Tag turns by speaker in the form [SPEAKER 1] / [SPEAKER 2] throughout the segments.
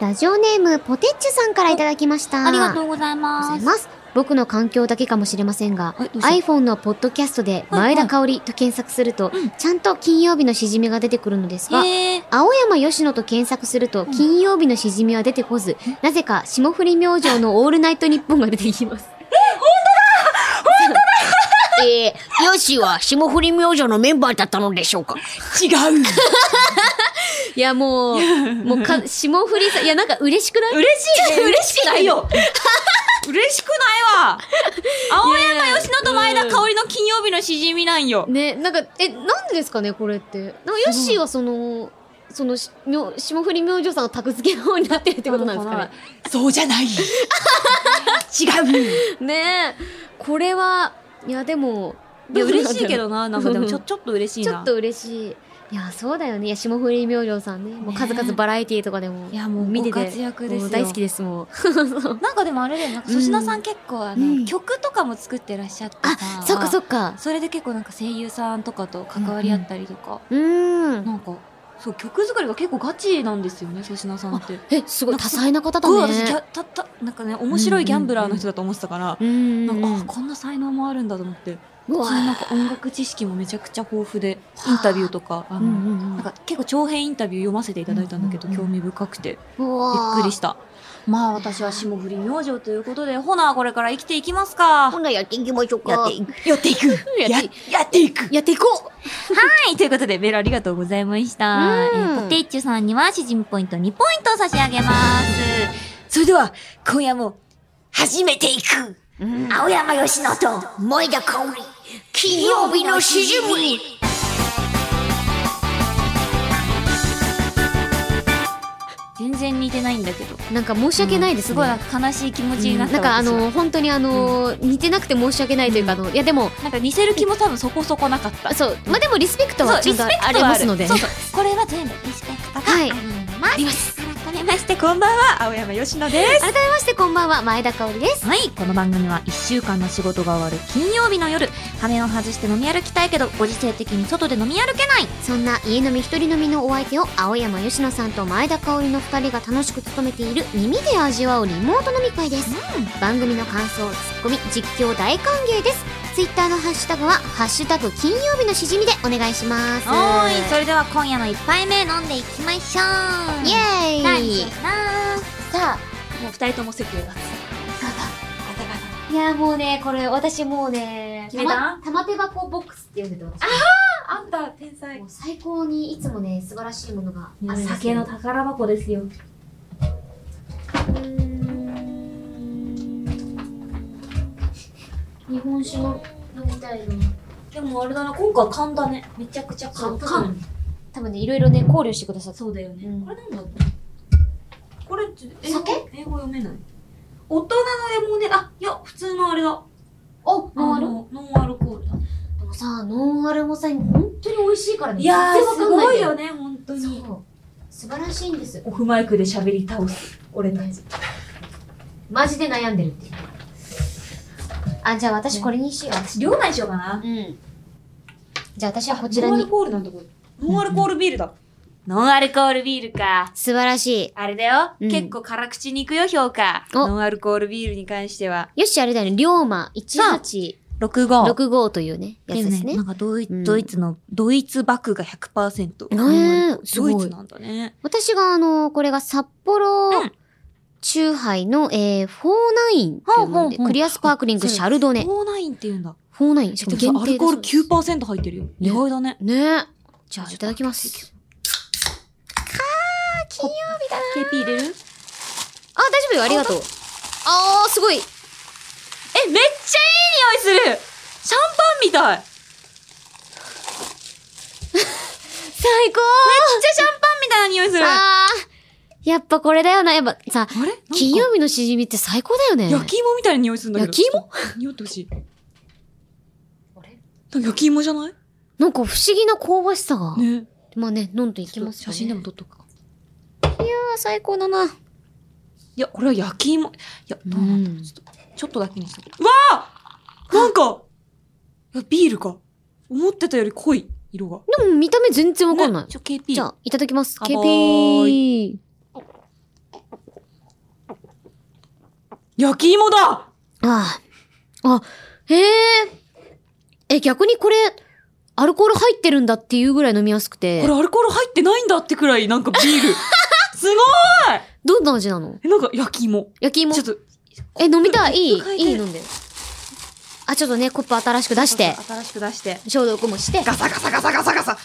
[SPEAKER 1] ラジオネームポテッチュさんからいただきました。
[SPEAKER 2] ありがとうござい
[SPEAKER 1] ありがとう
[SPEAKER 2] ま
[SPEAKER 1] ござい
[SPEAKER 2] す。
[SPEAKER 1] ます。僕の環境だけかもしれませんが、
[SPEAKER 2] はいどうした
[SPEAKER 1] iPhone のポッドキャストで
[SPEAKER 2] はい
[SPEAKER 1] 前田香織と検索すると、
[SPEAKER 2] うん
[SPEAKER 1] ちゃんと金曜日のしじみが出てくるのですが、
[SPEAKER 2] へえ。
[SPEAKER 1] 青山吉野と検索すると、
[SPEAKER 2] ん
[SPEAKER 1] 金曜日のしじみは出てこず、なぜか霜降り明星のオールナイトニッポンが出てきます。
[SPEAKER 3] えー、ヨッシーは霜降り明星のメンバーだったのでしょうか
[SPEAKER 2] 違う。
[SPEAKER 1] いや、もう、 もうか、霜降りさん、いや、なんか嬉しくない
[SPEAKER 2] 嬉しい、ね、 嬉しくない
[SPEAKER 1] よ。
[SPEAKER 2] 嬉しくないわ。青山吉野と前田香織の金曜日のしじみなんよ。
[SPEAKER 1] ね、なんか、え、なんでですかね、これって。なんか、ヨッシーはその、その、しみょ霜降り明星さんのタグ付けの方になってるってことなんですかね。
[SPEAKER 2] そうじゃない。違う。
[SPEAKER 1] ねえ、これは、いや、でも、
[SPEAKER 2] いや、
[SPEAKER 1] うなんだろう
[SPEAKER 2] 嬉しいけどな。なんかでもちょ、ちょっと嬉しい
[SPEAKER 1] ち
[SPEAKER 2] な。
[SPEAKER 1] ょっと嬉しい。いや、そうだよね。いや、霜降り明星さんね。もう
[SPEAKER 2] ね
[SPEAKER 1] 数々バラエティーとかでも。
[SPEAKER 2] いやもう
[SPEAKER 1] 見てて。
[SPEAKER 2] ご活躍ですよ
[SPEAKER 1] もう大好きです、もう。
[SPEAKER 2] なんかでもあれだよ、なんか粗品さん結構あの、
[SPEAKER 1] うん
[SPEAKER 2] 曲とかも作ってらっしゃってさ
[SPEAKER 1] あ、そっかそっか。
[SPEAKER 2] それで結構なんか声優さんとかと関わり合ったりとか、
[SPEAKER 1] うーん。
[SPEAKER 2] なんか、そう、曲作りが結構ガチなんですよね、粗品さんって。
[SPEAKER 1] え、すごい
[SPEAKER 2] なん
[SPEAKER 1] 多
[SPEAKER 2] か
[SPEAKER 1] 彩な方
[SPEAKER 2] すごい
[SPEAKER 1] だ
[SPEAKER 2] 私ギ
[SPEAKER 1] ね。
[SPEAKER 2] ャたたなんかね面白いギャンブラーの人だと思ってたから、
[SPEAKER 1] うーん。
[SPEAKER 2] なんかあこんな才能もあるんだと思って
[SPEAKER 1] う
[SPEAKER 2] 普
[SPEAKER 1] わ
[SPEAKER 2] 通になんか音楽知識もめちゃくちゃ豊富でインタビューとかあの、
[SPEAKER 1] うんうんうん
[SPEAKER 2] なんか結構長編インタビュー読ませていただいたんだけど、
[SPEAKER 1] うんうんうん
[SPEAKER 2] 興味深くてびっ
[SPEAKER 1] うわ
[SPEAKER 2] くりしたまあ私は霜降り明星ということでほなこれから生きていきますか
[SPEAKER 3] ほなやっていきましょうか。
[SPEAKER 1] やって
[SPEAKER 3] いく。
[SPEAKER 2] やっていく や
[SPEAKER 1] やっ
[SPEAKER 2] やっていく
[SPEAKER 1] やっていこ
[SPEAKER 2] はい、ということでメールありがとうございました。
[SPEAKER 1] う
[SPEAKER 2] え
[SPEAKER 1] ん
[SPEAKER 2] ーポテッチュさんには詩人ポイント2ポイントを差し上げます。それでは、今夜も、
[SPEAKER 3] 始めていく。
[SPEAKER 1] ううん
[SPEAKER 3] 青山よしのと前田香織、金曜日のしじみ。
[SPEAKER 2] 全然似てないんだけど。
[SPEAKER 1] なんか申し訳ないです
[SPEAKER 2] す
[SPEAKER 1] ね。
[SPEAKER 2] ごいなんか悲しい気持ちにな
[SPEAKER 1] な
[SPEAKER 2] っ
[SPEAKER 1] ん
[SPEAKER 2] た
[SPEAKER 1] かあ
[SPEAKER 2] 私は
[SPEAKER 1] の、本当にあの、似てなくて申し訳ないというか、あの、いやでも、
[SPEAKER 2] なんか似せる気も多分そこそこなかった。
[SPEAKER 1] そう、まあでもリスペクトはちゃんとありますので。
[SPEAKER 2] そうそう。これは全部リスペクトがあ
[SPEAKER 1] はい
[SPEAKER 2] ります。あります。改めまして、こんばんは、青山よしのです。
[SPEAKER 1] 改めましてこんばんは、前田香織です。
[SPEAKER 2] はい、この番組は1週間の仕事が終わる金曜日の夜、仮面を外して飲み歩きたいけど、ご時世的に外で飲み歩けない。
[SPEAKER 1] そんな家飲み一人飲みのお相手を青山吉野さんと前田香織の2人が楽しく務めている耳で味わうリモート飲み会です、番組の感想ツッコミ実況大歓迎ですツイッターのハッシュタグは「ハッシュタグ金曜日のしじみ」でお願いします
[SPEAKER 2] はーい、それでは今夜の一杯目飲んでいきましょう。
[SPEAKER 1] イエ
[SPEAKER 2] 何
[SPEAKER 1] ー
[SPEAKER 2] しよ
[SPEAKER 1] イ
[SPEAKER 2] うかな
[SPEAKER 1] さ
[SPEAKER 2] もう二人とも席を立つ。
[SPEAKER 1] あいやもうねこれ私もうね
[SPEAKER 2] 決めた
[SPEAKER 1] 玉手箱ボックスって呼んでた私
[SPEAKER 2] あんた、天才。
[SPEAKER 1] もう最高にいつもね素晴らしいものがあるんですよ
[SPEAKER 2] 酒の宝箱ですよ。
[SPEAKER 1] 日本酒の飲みたいの
[SPEAKER 2] でもあれだな、今回缶だね。めちゃくちゃ
[SPEAKER 1] そう
[SPEAKER 2] 缶。
[SPEAKER 1] 缶多分ねいろいろね考慮してくださって
[SPEAKER 2] そうだよね。
[SPEAKER 1] うん
[SPEAKER 2] これなんだろうこれ、ちょ英語
[SPEAKER 1] 酒
[SPEAKER 2] 英語読めない。大人のレモネ、あ、いや、普通のあれだ。
[SPEAKER 1] お
[SPEAKER 2] ノン
[SPEAKER 1] ノ
[SPEAKER 2] ア
[SPEAKER 1] ンア
[SPEAKER 2] ル
[SPEAKER 1] ル
[SPEAKER 2] ノンアルコールだ。
[SPEAKER 1] でもさノンアルもさ本当に美味しいからね
[SPEAKER 2] いやー、
[SPEAKER 1] 全
[SPEAKER 2] す
[SPEAKER 1] 然わかん
[SPEAKER 2] ご
[SPEAKER 1] ないんだ
[SPEAKER 2] よね、本当に。
[SPEAKER 1] そう素晴らしいんです
[SPEAKER 2] オフマイクで喋り倒す。俺たち。
[SPEAKER 1] マジで悩んでるっていうあじゃあ私これにしよ
[SPEAKER 2] 両内しようかな。
[SPEAKER 1] ううんじゃあ私はこ
[SPEAKER 2] こ
[SPEAKER 1] ちらに
[SPEAKER 2] コールなんだこれ。ノンアルコールビールだ。ノンアルコールビールか。
[SPEAKER 1] 素晴らし
[SPEAKER 2] あれだよ。
[SPEAKER 1] うん
[SPEAKER 2] 結構辛口に行くよ、評価。
[SPEAKER 1] お
[SPEAKER 2] ノンアルコールビールに関しては。
[SPEAKER 1] いよしあれだよね龍馬
[SPEAKER 2] 6号。
[SPEAKER 1] 1865というねやつですね
[SPEAKER 2] なんかドイ,、
[SPEAKER 1] うん
[SPEAKER 2] ドイツの、ドイツバクが100%。
[SPEAKER 1] ねえすごい
[SPEAKER 2] ドイツなんだね。
[SPEAKER 1] 私があの、これが札幌
[SPEAKER 2] うん
[SPEAKER 1] チューハイの、えー、49っていうもので、
[SPEAKER 2] ほうほうほう
[SPEAKER 1] クリアスパークリングシャルドネ。
[SPEAKER 2] 49って言うんだ。
[SPEAKER 1] 49、し
[SPEAKER 2] ち
[SPEAKER 1] か
[SPEAKER 2] ょ
[SPEAKER 1] も
[SPEAKER 2] っと
[SPEAKER 1] 限定
[SPEAKER 2] アル
[SPEAKER 1] だ
[SPEAKER 2] コール
[SPEAKER 1] そう
[SPEAKER 2] 9%入ってるよ。意外だね。
[SPEAKER 1] ですねじゃあ、いただきます。
[SPEAKER 2] KP 入れる
[SPEAKER 1] あ、大丈夫よ、ありがとう。あー、すごい。
[SPEAKER 2] え、めっちゃいい匂いするシャンパンみたいめっちゃ
[SPEAKER 1] 最高
[SPEAKER 2] シャンパンみたいな匂いするあ
[SPEAKER 1] あー、やっぱこれだよな、やっぱさ、
[SPEAKER 2] れなんか
[SPEAKER 1] 金曜日のしじみって最高だよね。
[SPEAKER 2] 焼き芋みたいな匂いするんだけど。
[SPEAKER 1] 焼き芋
[SPEAKER 2] ちょっと匂ってほしい。
[SPEAKER 1] あれ
[SPEAKER 2] なんか焼き芋じゃない
[SPEAKER 1] なんか不思議な香ばしさが。
[SPEAKER 2] ね。
[SPEAKER 1] まあね、飲んでいき
[SPEAKER 2] ちょっ
[SPEAKER 1] ま
[SPEAKER 2] と
[SPEAKER 1] す
[SPEAKER 2] 写真でも撮
[SPEAKER 1] っ
[SPEAKER 2] っとくか。
[SPEAKER 1] た。最高だな。
[SPEAKER 2] いや、これは焼き芋。いや、どうなんだろう
[SPEAKER 1] うん
[SPEAKER 2] ちょっと、ちょっとだけにしとく。うわあなんか、いや、ビールか。思ってたより濃い色が。
[SPEAKER 1] でも見た目全然わかんない
[SPEAKER 2] ね。ちょ、KP。
[SPEAKER 1] じゃあ、いただきます。
[SPEAKER 2] 乾杯
[SPEAKER 1] KP。
[SPEAKER 2] 焼き芋だ
[SPEAKER 1] ああ。あ、へえ。え、逆にこれ、アルコール入ってるんだっていうぐらい飲みやすくて
[SPEAKER 2] これ、アルコール入ってないんだってくらい、なんかビ ール。すごい
[SPEAKER 1] どんな味なの
[SPEAKER 2] えなんか焼き芋。
[SPEAKER 1] 焼き芋
[SPEAKER 2] ちょっ。と、
[SPEAKER 1] え、飲みたいいい
[SPEAKER 2] コップ変えて
[SPEAKER 1] いい飲んで。あ、ちょっとね、コップ新しく出して、
[SPEAKER 2] 新しく出して。
[SPEAKER 1] 消毒もして。
[SPEAKER 2] ガサガサガサガサガサ。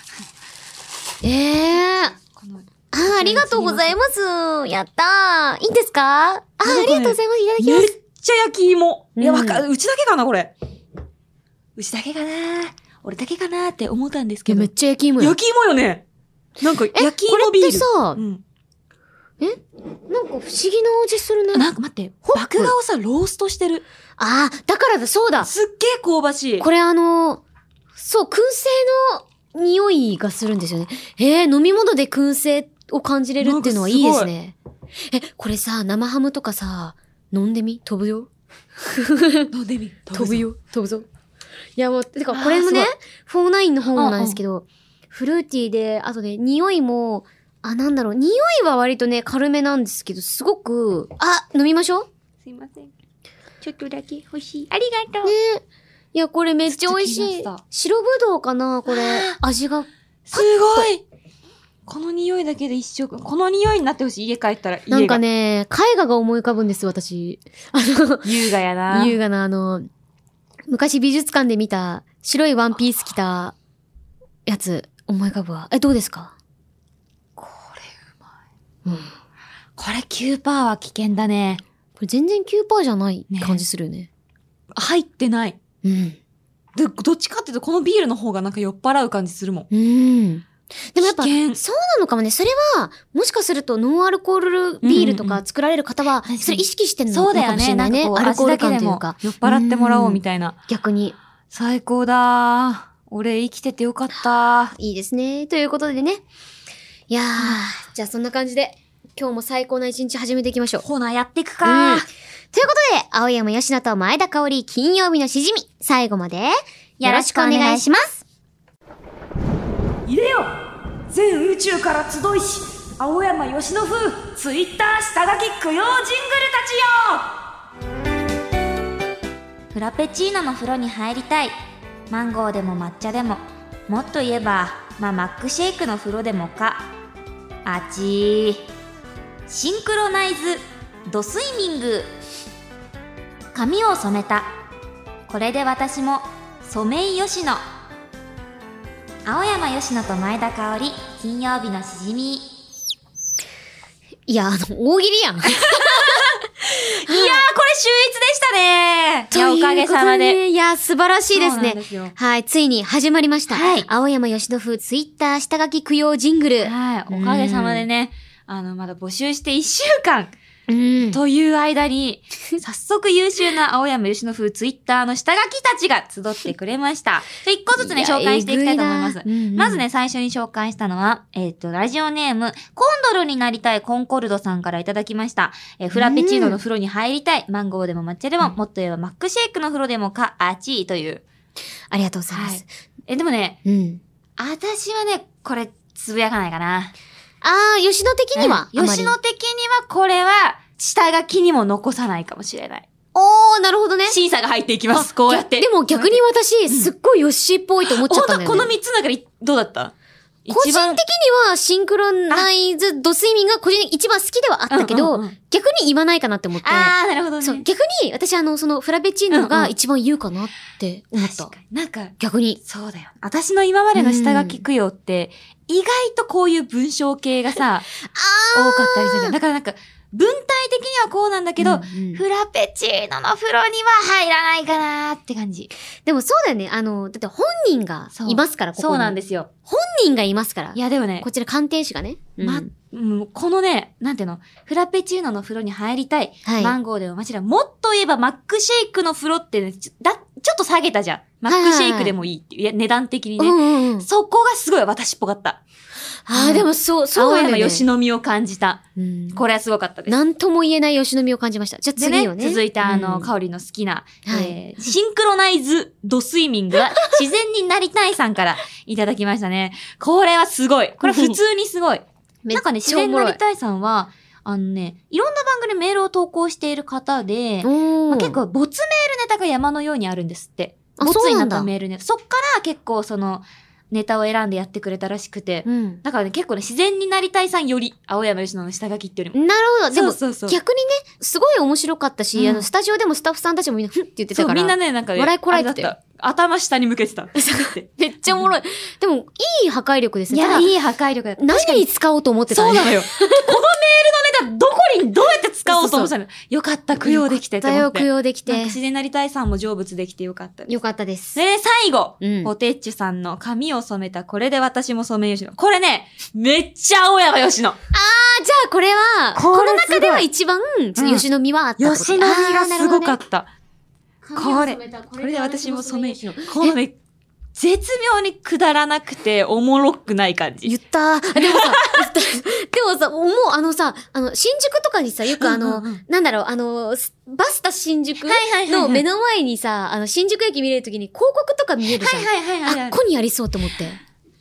[SPEAKER 1] ええー。
[SPEAKER 2] この
[SPEAKER 1] あ、ありがとうございます。やったー。いいんですかあ、ありがとうございます。いただきま
[SPEAKER 2] めっ
[SPEAKER 1] す。
[SPEAKER 2] ちゃ焼き芋。いや、
[SPEAKER 1] うん
[SPEAKER 2] わか、うちだけかな、これ。うちだけかな俺だけかなって思ったんです
[SPEAKER 1] い
[SPEAKER 2] け
[SPEAKER 1] や
[SPEAKER 2] ど。
[SPEAKER 1] めっ
[SPEAKER 2] 焼
[SPEAKER 1] ちゃ焼き芋や。
[SPEAKER 2] き芋よね。なんか、
[SPEAKER 1] え、
[SPEAKER 2] 焼き
[SPEAKER 1] こ
[SPEAKER 2] 芋
[SPEAKER 1] れっ
[SPEAKER 2] ビー
[SPEAKER 1] て
[SPEAKER 2] ル。
[SPEAKER 1] さ
[SPEAKER 2] う、ん。
[SPEAKER 1] なんか不思議な味するね。
[SPEAKER 2] なんか待って、麦芽をさ、ローストしてる。
[SPEAKER 1] あー、だからだ、そうだ。
[SPEAKER 2] すっげえ香ばしい。
[SPEAKER 1] これあの、そう、燻製の匂いがするんですよね。えー、飲み物で燻製を感じれるっていうのはいいですね。え、これさ、生ハムとかさ、飲んでみ飛ぶよ
[SPEAKER 2] 飲んでみ。
[SPEAKER 1] 飛ぶ
[SPEAKER 2] よ。
[SPEAKER 1] よ。飛ぶぞ。いや、もう、てか
[SPEAKER 2] あー
[SPEAKER 1] これもね
[SPEAKER 2] す、
[SPEAKER 1] フォーナインの本なんですけど、フルーティーで、あとね、匂いも、あ、なんだろう、匂いは割とね、軽めなんですけど、すごく、あ、飲みましょう
[SPEAKER 2] すいません。ちょっとだけ欲しい。ありがとう。
[SPEAKER 1] いや、これめっちゃ美味
[SPEAKER 2] ずっと気
[SPEAKER 1] し
[SPEAKER 2] に
[SPEAKER 1] い
[SPEAKER 2] なってた。
[SPEAKER 1] 白ぶどうかなこれ
[SPEAKER 2] あ。
[SPEAKER 1] 味が。
[SPEAKER 2] すごいこの匂いだけで一生、この匂いになってほしい。家帰ったら家が。
[SPEAKER 1] なんかね、絵画が思い浮かぶんです、私。あ
[SPEAKER 2] 優雅やな
[SPEAKER 1] の、。優雅な、あの、昔美術館で見た、白いワンピース着た、やつ、思い浮かぶわ。え、どうですか
[SPEAKER 2] これうまい。
[SPEAKER 1] うん。こ
[SPEAKER 2] これ9%は危険だね。
[SPEAKER 1] れ全然9%じゃない
[SPEAKER 2] ね
[SPEAKER 1] 感じするよね。
[SPEAKER 2] 入ってない。
[SPEAKER 1] うん。
[SPEAKER 2] で、どっちかっていうと、このビールの方がなんか酔っ払う感じするもん。
[SPEAKER 1] うん。でもやっぱ、そう
[SPEAKER 2] 危険
[SPEAKER 1] なのかもね。それは、もしかするとノンアルコールビールとか作られる方は、
[SPEAKER 2] うんうん
[SPEAKER 1] それ意識してんのかもしれないね。
[SPEAKER 2] なんかこ
[SPEAKER 1] アルコール感という
[SPEAKER 2] 味
[SPEAKER 1] か
[SPEAKER 2] だ。けでも酔っ払ってもらおうみたいな。
[SPEAKER 1] 逆に。
[SPEAKER 2] 最高だー。俺生きててよかったー。
[SPEAKER 1] いいですね。ということでね。いやー、じゃあそんな感じで、今日も最高な一日始めていきましょう。
[SPEAKER 2] ほな、やってく
[SPEAKER 1] う
[SPEAKER 2] か
[SPEAKER 1] ん
[SPEAKER 2] ー。
[SPEAKER 1] ということで、青山吉野と前田香織金曜日のしじみ、最後までよろしくお願いします。
[SPEAKER 2] 入れよ全宇宙から集いし青山吉野風ツイッター下書き供養ジングルた
[SPEAKER 4] フラペチーノの風呂に入りたいマンゴーでも抹茶でももっと言えばまあマックシェイクの風呂でもかあちーシンクロナイズドスイミング髪を染めたこれで私も染井吉野青山吉野と前田香織金曜日のしじみ
[SPEAKER 1] いや、あの、大喜利 やん。
[SPEAKER 2] ちよいやーこれ秀逸でしたね
[SPEAKER 4] いやおかげさまで
[SPEAKER 1] ということいや、素晴らしいです
[SPEAKER 2] そうなん
[SPEAKER 1] ね。
[SPEAKER 2] ですよ
[SPEAKER 1] はい、ついに始まりました。
[SPEAKER 2] はい
[SPEAKER 1] 青山吉野風ツイッター下書き供養ジングル。
[SPEAKER 2] はいおかげさまでねあのまだ募集して1週間
[SPEAKER 1] うん。
[SPEAKER 2] という間に早速優秀な青山吉野風ツイッターの下書きたちが集ってくれ ましたじゃ1個ずつね
[SPEAKER 1] や
[SPEAKER 2] 紹介していきたいと思います
[SPEAKER 1] えぐなうんうん
[SPEAKER 4] まずね、最初に紹介したのは、えっ、と、ラジオネーム、コンドルになりたいコンコルドさんからいただきました。えーフラペチーノの風呂に入りたい。マンゴーでも抹茶でも、もっと言えばマックシェイクの風呂でもか、あちーという。
[SPEAKER 1] ありがとうございます。
[SPEAKER 4] はいえーでもね、
[SPEAKER 1] うん。
[SPEAKER 4] 私はね、これ、つぶやかないかな。
[SPEAKER 1] あー、吉野的には、
[SPEAKER 4] うん吉野的には、これは、下書きにも残さないかもしれない。
[SPEAKER 1] おー、なるほどね。
[SPEAKER 2] 審査が入っていきますこうやって
[SPEAKER 1] でも逆に私、すっごいヨッシーっぽいと思っちゃったんだよ、ね。
[SPEAKER 2] 本当この3つの中でどうだった
[SPEAKER 1] 個人的にはシンクロナイズドスイミングが個人的に一番好きではあったけど、
[SPEAKER 2] うんうんうん
[SPEAKER 1] 逆に言わないかなって思って。
[SPEAKER 2] ああ、なるほどね。
[SPEAKER 1] そう、逆に私あの、そのフラペチーノが一番言うかなって思った。
[SPEAKER 2] 確かに。なんか、
[SPEAKER 1] 逆に。
[SPEAKER 2] そうだよ。私の今までの下書き供養って、意外とこういう文章系 がさ、多かったりするじゃん。だからなんか、文体的にはこうなんだけど、
[SPEAKER 1] うんうん
[SPEAKER 2] フラペチーノの風呂には入らないかなーって感じ。
[SPEAKER 1] でもそうだよね。あの、だって本人が
[SPEAKER 2] そう
[SPEAKER 1] いますから、ここに。。
[SPEAKER 2] そうなんですすよ。
[SPEAKER 1] 本人がいますから
[SPEAKER 2] い。や、でもね
[SPEAKER 1] こ、ちら鑑定士がね。うん
[SPEAKER 2] ま、うんこのね、なんていうの、フラペチーノの風呂に入りたい。
[SPEAKER 1] はい
[SPEAKER 2] マンゴーでもマチラ、もっと言えばマックシェイクの風呂ってね、ちょだちょっと下げたじゃん。マックシェイクでもいいっていう、いや値段的に
[SPEAKER 1] うん
[SPEAKER 2] ね。
[SPEAKER 1] うんうん。
[SPEAKER 2] そこがすごい私っぽかった。
[SPEAKER 1] ああ、でもそう、そう
[SPEAKER 2] 青
[SPEAKER 1] なんだ
[SPEAKER 2] 山
[SPEAKER 1] よ、ね。
[SPEAKER 2] 吉野美を感じた。
[SPEAKER 1] うん
[SPEAKER 2] これはすごかったです。
[SPEAKER 1] なんとも言えない吉野美を感じました。じゃあ
[SPEAKER 2] で
[SPEAKER 1] 次をね。
[SPEAKER 2] 続いてあの、
[SPEAKER 1] うん
[SPEAKER 2] 香りの好きな、
[SPEAKER 1] はい
[SPEAKER 2] えーシンクロナイズドスイミング は自然になりたいさんからいただきましたね。これはすごい。これは普通にすごい。
[SPEAKER 1] めっ
[SPEAKER 2] なんかね、自
[SPEAKER 1] ちゃお
[SPEAKER 2] 然に
[SPEAKER 1] もろ
[SPEAKER 2] ないりたいさんは、あのね、いろんな番組メールを投稿している方で、
[SPEAKER 1] お
[SPEAKER 2] ま
[SPEAKER 1] ー
[SPEAKER 2] あ結構ボツメールネタが山のようにあるんですって。
[SPEAKER 1] あ
[SPEAKER 2] ボツ
[SPEAKER 1] そう
[SPEAKER 2] に
[SPEAKER 1] な
[SPEAKER 2] なんっ
[SPEAKER 1] だ
[SPEAKER 2] たメールネタ。そっから結構そのネタを選んでやってくれたらしくて。
[SPEAKER 1] うん。
[SPEAKER 2] だからね、結構ね、自然になりたいさんより、青山吉野の下書きってよりも。
[SPEAKER 1] なるほど。でも、
[SPEAKER 2] そうそうそう。
[SPEAKER 1] 逆にね、すごい面白かったし、
[SPEAKER 2] うん
[SPEAKER 1] あの、スタジオでもスタッフさんたちもみんな、ふんって言ってた
[SPEAKER 2] そう、
[SPEAKER 1] から。
[SPEAKER 2] みんなね、なんかね、
[SPEAKER 1] 笑いこらえてたよ
[SPEAKER 2] あれだった頭下に向けてた。
[SPEAKER 1] めっちゃおもろい。でも、いい破壊力です
[SPEAKER 2] い
[SPEAKER 1] ね。た
[SPEAKER 2] や、
[SPEAKER 1] だ、
[SPEAKER 2] いい破壊力だった。
[SPEAKER 1] 何に使おうと思ってた
[SPEAKER 2] そうな
[SPEAKER 1] ね。
[SPEAKER 2] の よ。このメールのネタ、どこにどうやって使おうと思ってたのよかった、供養できてって
[SPEAKER 1] だ
[SPEAKER 2] 思
[SPEAKER 1] よ、
[SPEAKER 2] って。
[SPEAKER 1] 供養でき
[SPEAKER 2] なんか
[SPEAKER 1] て。
[SPEAKER 2] 自然になりたいさんも成仏できてよかったです。
[SPEAKER 1] よかったです。
[SPEAKER 2] で、最後、
[SPEAKER 1] うん
[SPEAKER 2] ポテッチさんの髪を染めた、これで私も染めよしの。これね、めっちゃ青山よしの。
[SPEAKER 1] あ、じゃあこれは、こ
[SPEAKER 2] これすご
[SPEAKER 1] の中
[SPEAKER 2] い
[SPEAKER 1] では一番、ちょっと吉野美はあったこと。
[SPEAKER 2] 吉野美がすごかった。
[SPEAKER 1] あー。なるほどね
[SPEAKER 2] これで私も染め
[SPEAKER 1] よう。
[SPEAKER 2] このね、絶妙にくだらなくて、おもろくない感じ。
[SPEAKER 1] 言ったー。でもさ、 でもさ、もうあのさ、あの、新宿とかにさ、よくあの、
[SPEAKER 2] うんうんうん
[SPEAKER 1] なんだろう、あの、すバスタ新宿
[SPEAKER 2] はいはいはいはい
[SPEAKER 1] の目の前にさ、あの、新宿駅見れるときに広告とか見えるじゃん。
[SPEAKER 2] いはい
[SPEAKER 1] あっこにありそうと思って。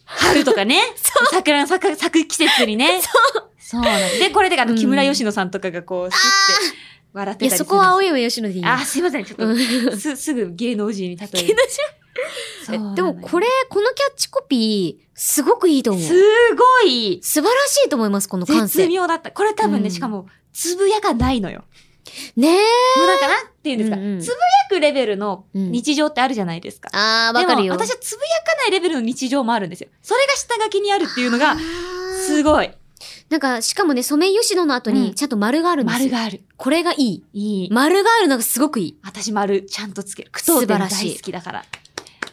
[SPEAKER 2] 春とか ね。桜の咲く、咲く季節にね。そう。そうなんですで、これで、あの、
[SPEAKER 1] うん
[SPEAKER 2] 木村佳乃さんとかがこう、すって、笑って
[SPEAKER 1] い
[SPEAKER 2] たり
[SPEAKER 1] や、
[SPEAKER 2] する。
[SPEAKER 1] そこは青山吉野でいいよ。
[SPEAKER 2] あ、すいません。ちょっと、す、 すぐ芸能人に例える。そうなのよ
[SPEAKER 1] でもこれ、このキャッチコピー、すごくいいと思う。
[SPEAKER 2] すごい、
[SPEAKER 1] 素晴らしいと思います、この感
[SPEAKER 2] 絶
[SPEAKER 1] 性。
[SPEAKER 2] 妙だった。これ多分
[SPEAKER 1] う
[SPEAKER 2] ね、
[SPEAKER 1] ん
[SPEAKER 2] しかも、つぶやかないのよ。
[SPEAKER 1] ねえ。
[SPEAKER 2] もうなんか、なんて言うんですか。
[SPEAKER 1] うんうん
[SPEAKER 2] つぶやくレベルの日常ってあるじゃないですか。
[SPEAKER 1] あー、
[SPEAKER 2] で
[SPEAKER 1] わ
[SPEAKER 2] も
[SPEAKER 1] かるよ。
[SPEAKER 2] 私はつぶやかないレベルの日常もあるんですよ。それが下書きにあるっていうの
[SPEAKER 1] あ
[SPEAKER 2] が、
[SPEAKER 1] ー
[SPEAKER 2] すごい。
[SPEAKER 1] なんか、しかもね、ソメイヨシノの後
[SPEAKER 2] う
[SPEAKER 1] に、
[SPEAKER 2] ん
[SPEAKER 1] ちゃんと丸があるんですよ。
[SPEAKER 2] 丸がある。
[SPEAKER 1] これがいい。
[SPEAKER 2] いい。
[SPEAKER 1] 丸があるのがすごくいい。
[SPEAKER 2] 私丸ちゃんとつける。苦闘点
[SPEAKER 1] 素晴ら
[SPEAKER 2] 大
[SPEAKER 1] しい
[SPEAKER 2] 好きだから。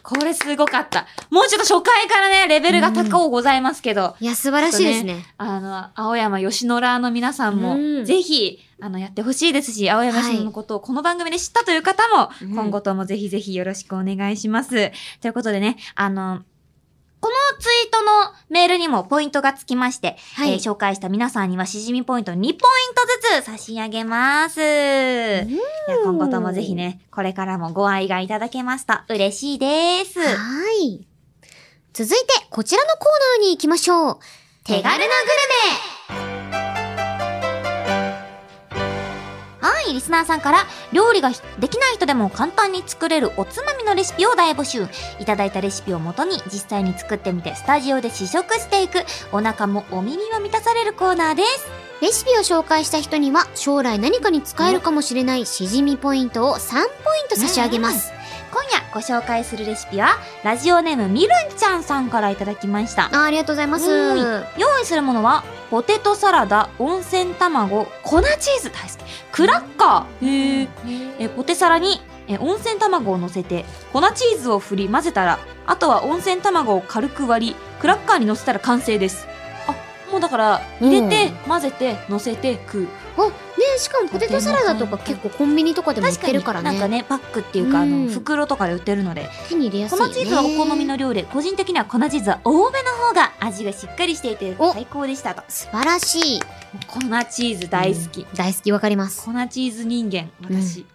[SPEAKER 2] これすごかった。もうちょっと初回からね、レベルが高うございますけど、
[SPEAKER 1] いや、素晴らしいですね。
[SPEAKER 2] あの、青山吉野らの皆さんも、
[SPEAKER 1] うん
[SPEAKER 2] ぜひ、あの、やってほしいですし、青山吉野のことをこの番組で知ったという方も、
[SPEAKER 1] うん
[SPEAKER 2] 今後ともぜひぜひよろしくお願いします。ということでね、あの、このツイートのメールにもポイントがつきまして、
[SPEAKER 1] はい
[SPEAKER 2] えー紹介した皆さんにはしじみポイント2ポイントずつ差し上げます。いや今後ともぜひね、これからもご愛がいただけますと嬉しいです。
[SPEAKER 1] はい。続いて、こちらのコーナーに行きましょう。手軽なグルメ
[SPEAKER 2] はい、リスナーさんから料理がひできない人でも簡単に作れるおつまみのレシピを大募集いただいたレシピをもとに実際に作ってみてスタジオで試食していくお腹もお耳も満たされるコーナーです
[SPEAKER 1] レシピを紹介した人には、将来何かに使えるかもしれないしじみポイントを3ポイント差し上げます。
[SPEAKER 2] 今夜ご紹介するレシピはラジオネームみるんちゃんさんからいただきました
[SPEAKER 1] あーありがとうございます。
[SPEAKER 2] う用意するものはポテトサラダ温泉卵粉チーズ大好きクラッカーへーえポテサラにえ温泉卵を乗せて粉チーズを振り混ぜたらあとは温泉卵を軽く割りクラッカーに乗せたら完成ですあもうだから入れて、混ぜて乗せて食う
[SPEAKER 1] あ、ねしかもポテトサラダとか結構コンビニとかでも売ってるからね。
[SPEAKER 2] なんかねパックっていうか、
[SPEAKER 1] う
[SPEAKER 2] あ
[SPEAKER 1] ん
[SPEAKER 2] の袋とかで売ってるので
[SPEAKER 1] 手に入れやすい
[SPEAKER 2] 粉
[SPEAKER 1] よね。
[SPEAKER 2] チーズはお好みの量で個人的には粉チーズは多めの方が味がしっかりしていて
[SPEAKER 1] お
[SPEAKER 2] 最高でしたと
[SPEAKER 1] 素晴らしい。
[SPEAKER 2] 粉チーズ大好き、
[SPEAKER 1] 大好きわかります。
[SPEAKER 2] 粉チーズ人間私、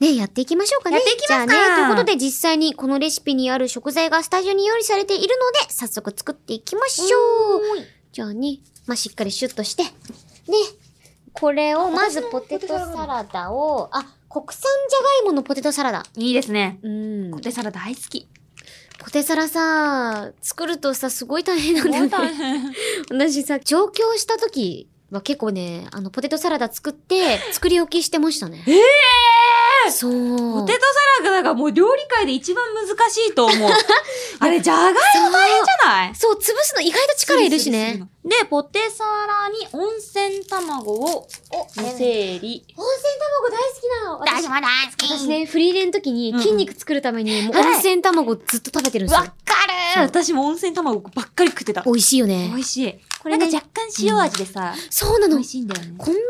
[SPEAKER 1] ねやっていきましょうかね。
[SPEAKER 2] やっていきますか
[SPEAKER 1] じゃあね、ということで実際にこのレシピにある食材がスタジオに用意されているので、早速作っていきましょう。じゃあね、まあ、しっかりシュッとして。ね、これをまずポテトサラダを、あ、国産じゃがいものポテトサラダ。
[SPEAKER 2] いいですね
[SPEAKER 1] うん。
[SPEAKER 2] ポテサラ大好き
[SPEAKER 1] ポテサラさ、作るとさ、すごい大変なんだよね。私さ、上京した時は結構ね、あの、ポテトサラダ作 って、作り置きしてましたね。ええそう。
[SPEAKER 2] ポテトサラダがもう料理界で一番難しいと思う。あれ、じゃがいも大変じゃない
[SPEAKER 1] そう、潰すの意外と力いるしね。。
[SPEAKER 2] で、ポテサラに温泉卵をのせり。
[SPEAKER 1] 温泉卵大好きなの私
[SPEAKER 5] も大好
[SPEAKER 1] 私ね、フリーレンの時に
[SPEAKER 2] うん
[SPEAKER 1] 筋肉作るために、もう
[SPEAKER 2] はい
[SPEAKER 1] 温泉卵ずっと食べてるんです
[SPEAKER 2] わ
[SPEAKER 1] よ。
[SPEAKER 2] かる私も温泉卵ばっかり食ってた。
[SPEAKER 1] 美味しいよ
[SPEAKER 2] 美
[SPEAKER 1] ね。
[SPEAKER 2] 味しい。こ
[SPEAKER 1] こ
[SPEAKER 2] れ
[SPEAKER 1] れね
[SPEAKER 2] なんか若干塩味でさ、
[SPEAKER 1] そうな
[SPEAKER 2] 美
[SPEAKER 1] の
[SPEAKER 2] 味。しいんだよね。
[SPEAKER 1] コンビ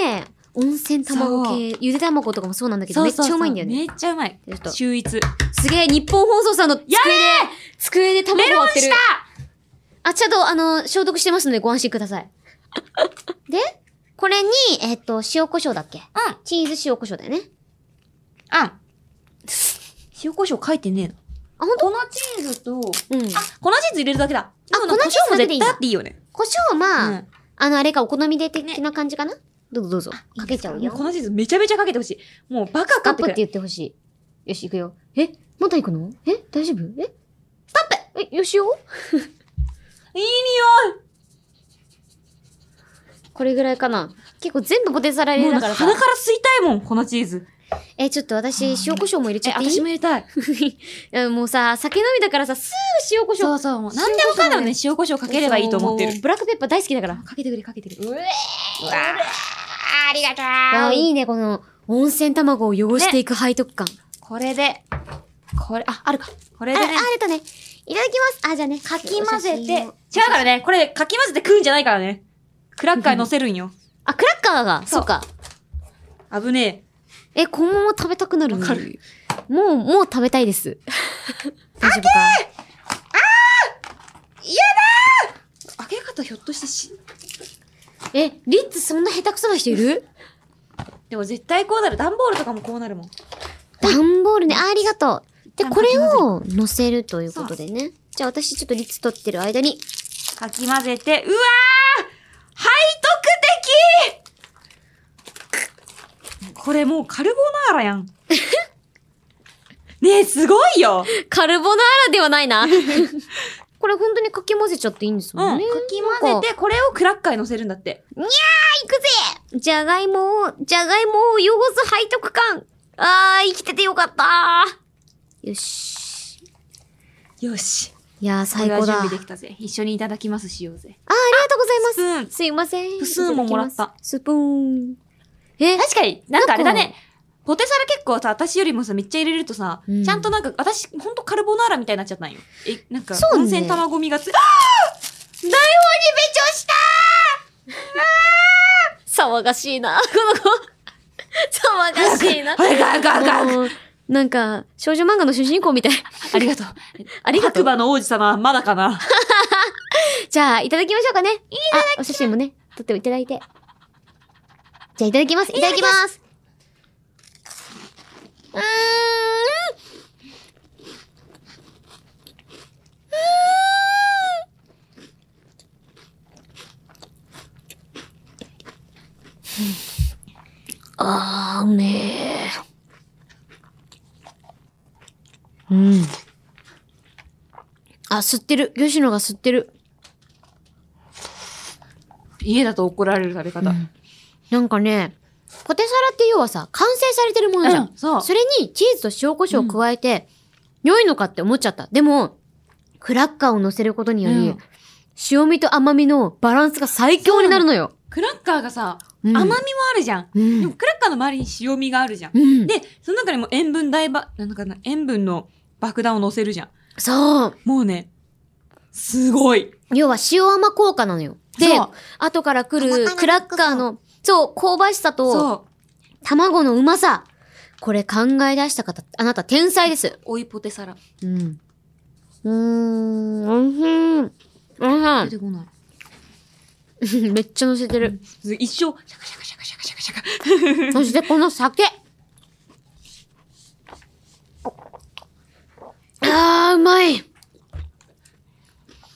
[SPEAKER 1] ニのね、温泉卵系、ゆで卵とかもそうなんだけど、めっちゃうまいんだよね。
[SPEAKER 2] めっちゃうまい
[SPEAKER 1] ちょっ。と
[SPEAKER 2] 秀逸。
[SPEAKER 1] すげえ、日本放送さんの机で
[SPEAKER 2] や、
[SPEAKER 1] 机で卵
[SPEAKER 2] メロン
[SPEAKER 1] 割って
[SPEAKER 2] し
[SPEAKER 1] る
[SPEAKER 2] た。
[SPEAKER 1] あ、ちゃんと、あの、消毒してますのでご安心くださ い。で、これに、えっと、塩胡椒だっけ
[SPEAKER 2] うん。
[SPEAKER 1] チーズ塩胡椒だよね。
[SPEAKER 2] うん。塩コショウ書いてねえの。
[SPEAKER 1] あ、ほんと
[SPEAKER 2] 粉チーズと、
[SPEAKER 1] うん。
[SPEAKER 2] あ、粉チーズ入れるだけだ。でも
[SPEAKER 1] 粉チーズだけでいいんだ
[SPEAKER 2] 粉チーズ絶対あっていいよね。
[SPEAKER 1] 胡椒はまあ、
[SPEAKER 2] うん
[SPEAKER 1] あの、あれか、お好みで的な感じかな、どうぞどうぞ。
[SPEAKER 4] い
[SPEAKER 1] か
[SPEAKER 4] いで
[SPEAKER 1] け
[SPEAKER 4] すか
[SPEAKER 1] ちゃう
[SPEAKER 2] もう
[SPEAKER 1] よ。
[SPEAKER 2] このシーズンめちゃめちゃかけてほしい。もうバカ
[SPEAKER 1] スト
[SPEAKER 2] か
[SPEAKER 1] ッ
[SPEAKER 2] って
[SPEAKER 1] プって
[SPEAKER 2] くらい。
[SPEAKER 1] 言ってほしい。よし、行くよ。えまた行くのえ大丈夫えストップえ、よしお
[SPEAKER 2] いい匂
[SPEAKER 1] これぐらいかな。結構全部ポテサラ
[SPEAKER 2] い
[SPEAKER 1] 入
[SPEAKER 2] も
[SPEAKER 1] れ
[SPEAKER 2] う
[SPEAKER 1] な
[SPEAKER 2] な
[SPEAKER 1] が
[SPEAKER 2] んから鼻から吸いたいもん、このチーズ。
[SPEAKER 1] え、ちょっと私、塩コショウも入れち
[SPEAKER 2] え、
[SPEAKER 1] ゃっていい
[SPEAKER 2] 私も入れ たい。
[SPEAKER 1] うんもうさ、酒飲みだからさ、すぐ塩コショウ。
[SPEAKER 2] そうそう、もう何でもかんでもね、塩コショウかければいいと思っ
[SPEAKER 1] そ
[SPEAKER 2] て
[SPEAKER 1] うもう
[SPEAKER 2] る。
[SPEAKER 1] ブラックペッパー大好きだから。
[SPEAKER 2] かけてくれ、かけてくれ。
[SPEAKER 1] あ、いいね、この、温泉卵を汚していく背徳感。
[SPEAKER 2] これで、これ、あ、あるか。これ
[SPEAKER 1] あ、
[SPEAKER 2] で
[SPEAKER 1] あ
[SPEAKER 2] ね、
[SPEAKER 1] れだね。いただきます。あ、じゃあね。か
[SPEAKER 2] かき混ぜて、違うからね、これかき混ぜて食うんじゃないからね。クラッカーに乗せるんよ。
[SPEAKER 1] あ、クラッカーが。
[SPEAKER 2] そ
[SPEAKER 1] そ
[SPEAKER 2] う
[SPEAKER 1] うか。
[SPEAKER 2] 危ね
[SPEAKER 1] え、このまま食べたくなるね
[SPEAKER 2] わかる
[SPEAKER 1] もう、もう食べたい です。大丈夫か
[SPEAKER 2] え。開け方ひょっとしてし、
[SPEAKER 1] え、リッツそんな下手くそな人いる
[SPEAKER 2] でも絶対こうなる。段ボールとかもこうなるもん。
[SPEAKER 1] 段ボールね。あ、ありがとう。で、
[SPEAKER 2] 一旦
[SPEAKER 1] これを乗せるということでね。じゃあ私ちょっとリッツ取ってる間に、
[SPEAKER 2] かき混ぜて、うわー背徳的これもうカルボナーラや ん。ねえ、すごいよ
[SPEAKER 1] カルボナーラではないな。 これ本当にかき混ぜちゃっていいんです
[SPEAKER 2] う
[SPEAKER 1] も
[SPEAKER 2] ん。
[SPEAKER 1] ん
[SPEAKER 2] か
[SPEAKER 1] ね。
[SPEAKER 2] き混ぜて、これをクラッカーに乗せるんだって。
[SPEAKER 1] じゃがいもを、じゃがいもを汚す背徳感。あー、生きててよかったよし。
[SPEAKER 2] よし。
[SPEAKER 1] いやー、最
[SPEAKER 2] こ
[SPEAKER 1] 高
[SPEAKER 2] れ
[SPEAKER 1] だ。
[SPEAKER 2] は
[SPEAKER 1] あー、ありがと
[SPEAKER 2] 準備できたぜ。一緒にいただきますしようぜ。
[SPEAKER 1] うございます。
[SPEAKER 2] スプーン。
[SPEAKER 1] すいません。
[SPEAKER 2] プスーンももらった
[SPEAKER 1] スプーン。え、
[SPEAKER 2] 確かに、なんかあれだ
[SPEAKER 1] なん
[SPEAKER 2] ね。ポテサラ結構さ、私よりもさ、めっちゃ入れるとさ、
[SPEAKER 1] うん
[SPEAKER 2] ちゃんとなんか、私、ほんとカルボナーラみたいになっちゃったんよ。え、なんか、
[SPEAKER 1] そうね
[SPEAKER 2] 温泉卵みがつ、あー台本にべちょした
[SPEAKER 1] 騒がしいな、この子。 騒がしいな。
[SPEAKER 2] 早く早く早く
[SPEAKER 1] もうなんか、少女漫画の主人公みたい。
[SPEAKER 2] ありがとう。
[SPEAKER 1] ありがとう
[SPEAKER 2] 白。馬の王子様、まだかな。
[SPEAKER 1] じゃあ、いただきましょうかね。いただきあ、お写真もね、撮っていただいて。じゃあ、いただきます。いただきます。うーん。うーんあー、うめえ。うん。あ、吸ってる。吉野が吸ってる。
[SPEAKER 2] 家だと怒られる食べ方。
[SPEAKER 1] なんかね、ポテサラって要はさ、完成されてるものじゃん。
[SPEAKER 2] うんそう
[SPEAKER 1] れにチーズと塩コショウを加えて、良いのかって思っちゃった。でも、クラッカーを乗せることにより、
[SPEAKER 2] うん
[SPEAKER 1] 塩味と甘みのバランスが最強になるのよ。
[SPEAKER 2] クラッカーがさ、
[SPEAKER 1] うん
[SPEAKER 2] 甘みもあるじゃん。
[SPEAKER 1] う
[SPEAKER 2] でも
[SPEAKER 1] ん。
[SPEAKER 2] クラッカーの周りに塩味があるじゃん。
[SPEAKER 1] うん。
[SPEAKER 2] で、その中にも塩分大ば、なんだかな、塩分の爆弾を乗せるじゃん。
[SPEAKER 1] そう。
[SPEAKER 2] もうね、すごい。
[SPEAKER 1] 要は塩甘効果なのよ。で
[SPEAKER 2] そう、
[SPEAKER 1] 後から来
[SPEAKER 3] 甘
[SPEAKER 1] る
[SPEAKER 3] 辛く
[SPEAKER 1] クラッカーの、そう、香ばしさと、
[SPEAKER 2] そう。
[SPEAKER 1] 卵のうまさ。これ考え出した方、あなた天才です。
[SPEAKER 2] おいポテサラ。
[SPEAKER 1] うん。うーん、おいしい。おい
[SPEAKER 2] 出てこな
[SPEAKER 1] しい。めっちゃ乗せてる。
[SPEAKER 2] い。一生、シャカシャカシャカシャカシャカシャカ。
[SPEAKER 1] そしてこの酒。あー、うまい。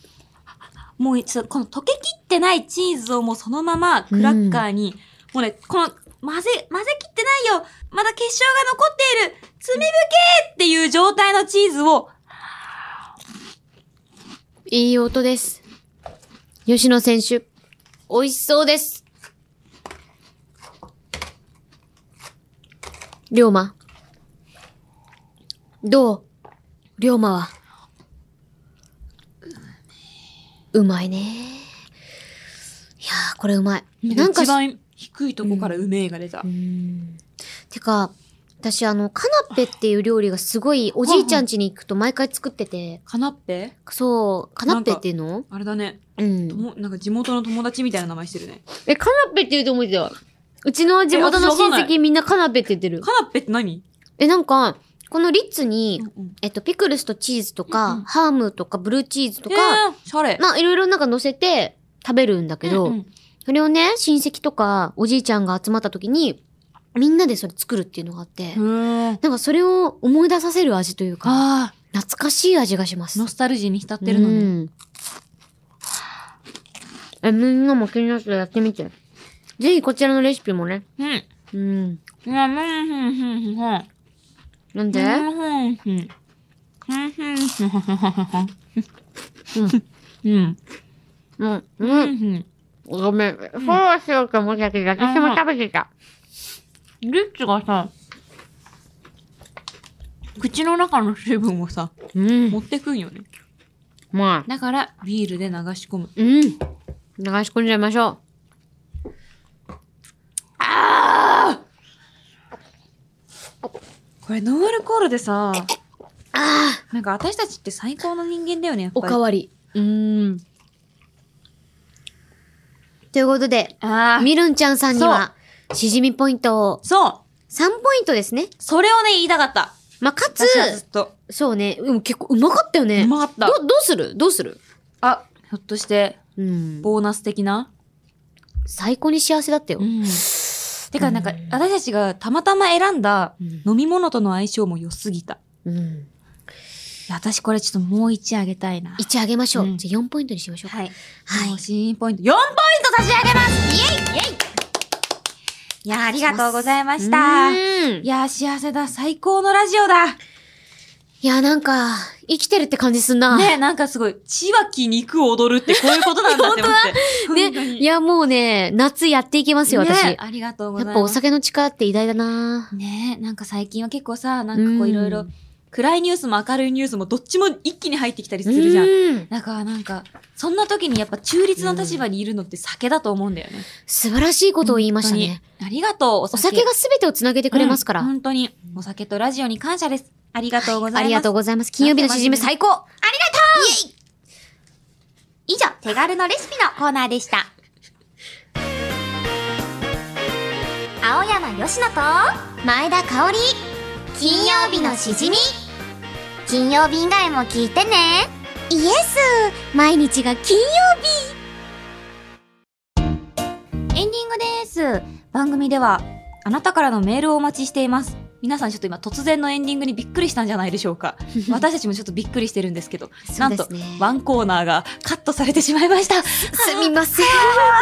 [SPEAKER 2] もう、ちょっとこの溶けきってないチーズをもうそのままクラッカーに、もうね、この、混ぜ、混ぜきってないよまだ結晶が残っている罪深けっていう状態のチーズを、
[SPEAKER 1] いい音です。吉野選手、美味しそうです。龍馬。どう龍馬は。うまいね。いやー、これうまい。なんか
[SPEAKER 2] 一番低いとこからうめえが出た。
[SPEAKER 1] てか、私あの、カナッペっていう料理がすごい、おじいちゃん家に行くと毎回作ってて、
[SPEAKER 2] カナッペ
[SPEAKER 1] そう、カナッペっていうの
[SPEAKER 2] あれだね。
[SPEAKER 1] うん
[SPEAKER 2] と。もなんか地元の友達みたいな名前してるね。
[SPEAKER 1] え、カナッペって言うと思ってた。うちの地元の親
[SPEAKER 2] え私わかんな
[SPEAKER 1] 戚みんなカナッペって言ってる。
[SPEAKER 2] カナッペって何
[SPEAKER 1] え、なんか、このリッツに、
[SPEAKER 2] うん
[SPEAKER 1] えっと、ピクルスとチーズとか、
[SPEAKER 2] うんうん
[SPEAKER 1] ハムとか、ブルーチーズと
[SPEAKER 2] え
[SPEAKER 1] か、
[SPEAKER 2] ー、シャレ。
[SPEAKER 1] まあ、いろいろなんか乗せて食べるんだけど、
[SPEAKER 2] うんうん
[SPEAKER 1] それをね、親戚とか、おじいちゃんが集まった時に、みんなでそれ作るっていうのがあって、
[SPEAKER 2] うん。
[SPEAKER 1] なんかそれを思い出させる味というか、
[SPEAKER 2] あ
[SPEAKER 1] 懐かしい味がします。
[SPEAKER 2] ーノスタルジーに浸ってるの
[SPEAKER 1] う
[SPEAKER 2] ね。
[SPEAKER 1] んえ、みんなも気になったらやってみて。ぜひこちらのレシピもね。
[SPEAKER 2] うん。
[SPEAKER 1] うん。
[SPEAKER 2] いや、うん、ふん、ふん、ふん、ふん。
[SPEAKER 1] なんで、
[SPEAKER 2] うん、ふん、ふん。ふん、ふん、ふん、ふん、ふん。うん。
[SPEAKER 1] うん、
[SPEAKER 2] う、
[SPEAKER 1] うんん、
[SPEAKER 2] ふん。
[SPEAKER 1] ごめん。フォローしようと思ったけど、私も食べてた。
[SPEAKER 2] リッチがさ、口の中の水分をさ、
[SPEAKER 1] うん
[SPEAKER 2] 持。ってくんよね。
[SPEAKER 1] まあ、
[SPEAKER 2] だから、ビールで流し込む。
[SPEAKER 1] うん。流し込んじゃいましょ
[SPEAKER 2] これノンアルコールでさ、なんか私たちって最高の人間だよね、やっ
[SPEAKER 1] う。
[SPEAKER 2] ぱり。
[SPEAKER 1] わり。うん。ということで、
[SPEAKER 2] あー
[SPEAKER 1] みるんちゃんさんには、しじみポイントを
[SPEAKER 2] そう
[SPEAKER 1] 3ポイントですね。
[SPEAKER 2] それをね、言いたかった。
[SPEAKER 1] まあ、かつ、
[SPEAKER 2] 私はずっと。
[SPEAKER 1] そうね、でも結構うまかったよね。
[SPEAKER 2] うまかった
[SPEAKER 1] ど、どうするどうする
[SPEAKER 2] あ、ひょっとして、
[SPEAKER 1] うん。
[SPEAKER 2] ボーナス的な
[SPEAKER 1] 最高に幸せだったよ。
[SPEAKER 2] ん。てか、なんか、私たちがたまたま選んだ
[SPEAKER 1] うん
[SPEAKER 2] 飲み物との相性も良すぎた。
[SPEAKER 1] うん。
[SPEAKER 2] いや私これちょっともう1あげたいな。
[SPEAKER 1] 1上げましょう。
[SPEAKER 2] うん
[SPEAKER 1] じゃあ4ポイントにしましょうか。
[SPEAKER 2] はい。
[SPEAKER 1] はい
[SPEAKER 2] もう新ポイント、4ポイント差し上げますイエイイエイいや、ありがとうございました。い
[SPEAKER 1] うんい
[SPEAKER 2] や、幸せだ。最高のラジオだ。
[SPEAKER 1] や、なんか、生きてるって感じすんな。
[SPEAKER 2] ね、なんかすごい、血湧き肉踊るってこういうことなんだ って思って。
[SPEAKER 1] ね。いや、もうね、夏やっていきますよ、私。
[SPEAKER 2] ね
[SPEAKER 1] や
[SPEAKER 2] ありがとうござい
[SPEAKER 1] っ
[SPEAKER 2] ます。
[SPEAKER 1] ぱお酒の力って偉大だな
[SPEAKER 2] ねなんか最近は結構さ、なんかこ
[SPEAKER 1] う
[SPEAKER 2] うんいろいろ、暗いニュースも明るいニュースもどっちも一気に入ってきたりするじゃん。
[SPEAKER 1] うん
[SPEAKER 2] だからなんか、そんな時にやっぱ中立の立場にいるのって酒だと思うんだよね。
[SPEAKER 1] 素晴らしいことを言いましたね。
[SPEAKER 2] 本当に。ありがとう、お
[SPEAKER 1] お
[SPEAKER 2] 酒。
[SPEAKER 1] 酒が全てをつなげてくれますから。
[SPEAKER 2] うん本当に、お酒とラジオに感謝です。ありがとうございます。
[SPEAKER 1] ありがとうございます。金曜日のしじみ最高
[SPEAKER 4] 以上、手軽のレシピのコーナーでした。青山よしのと、
[SPEAKER 1] 前田香織
[SPEAKER 4] 金曜日のしじみ。金曜日以外も聞いてね。
[SPEAKER 1] イエス毎日が金曜
[SPEAKER 2] エンディングです。番組では、あなたからのメールをお待ちしています。皆さんちょっと今突然のエンディングにびっくりしたんじゃないでしょ うか。私たちもちょっとびっくりしてるんですけど、
[SPEAKER 1] そ
[SPEAKER 2] な
[SPEAKER 1] うんで
[SPEAKER 2] と
[SPEAKER 1] すね、
[SPEAKER 2] ワンコーナーがカットされてしまいました。
[SPEAKER 1] すみません。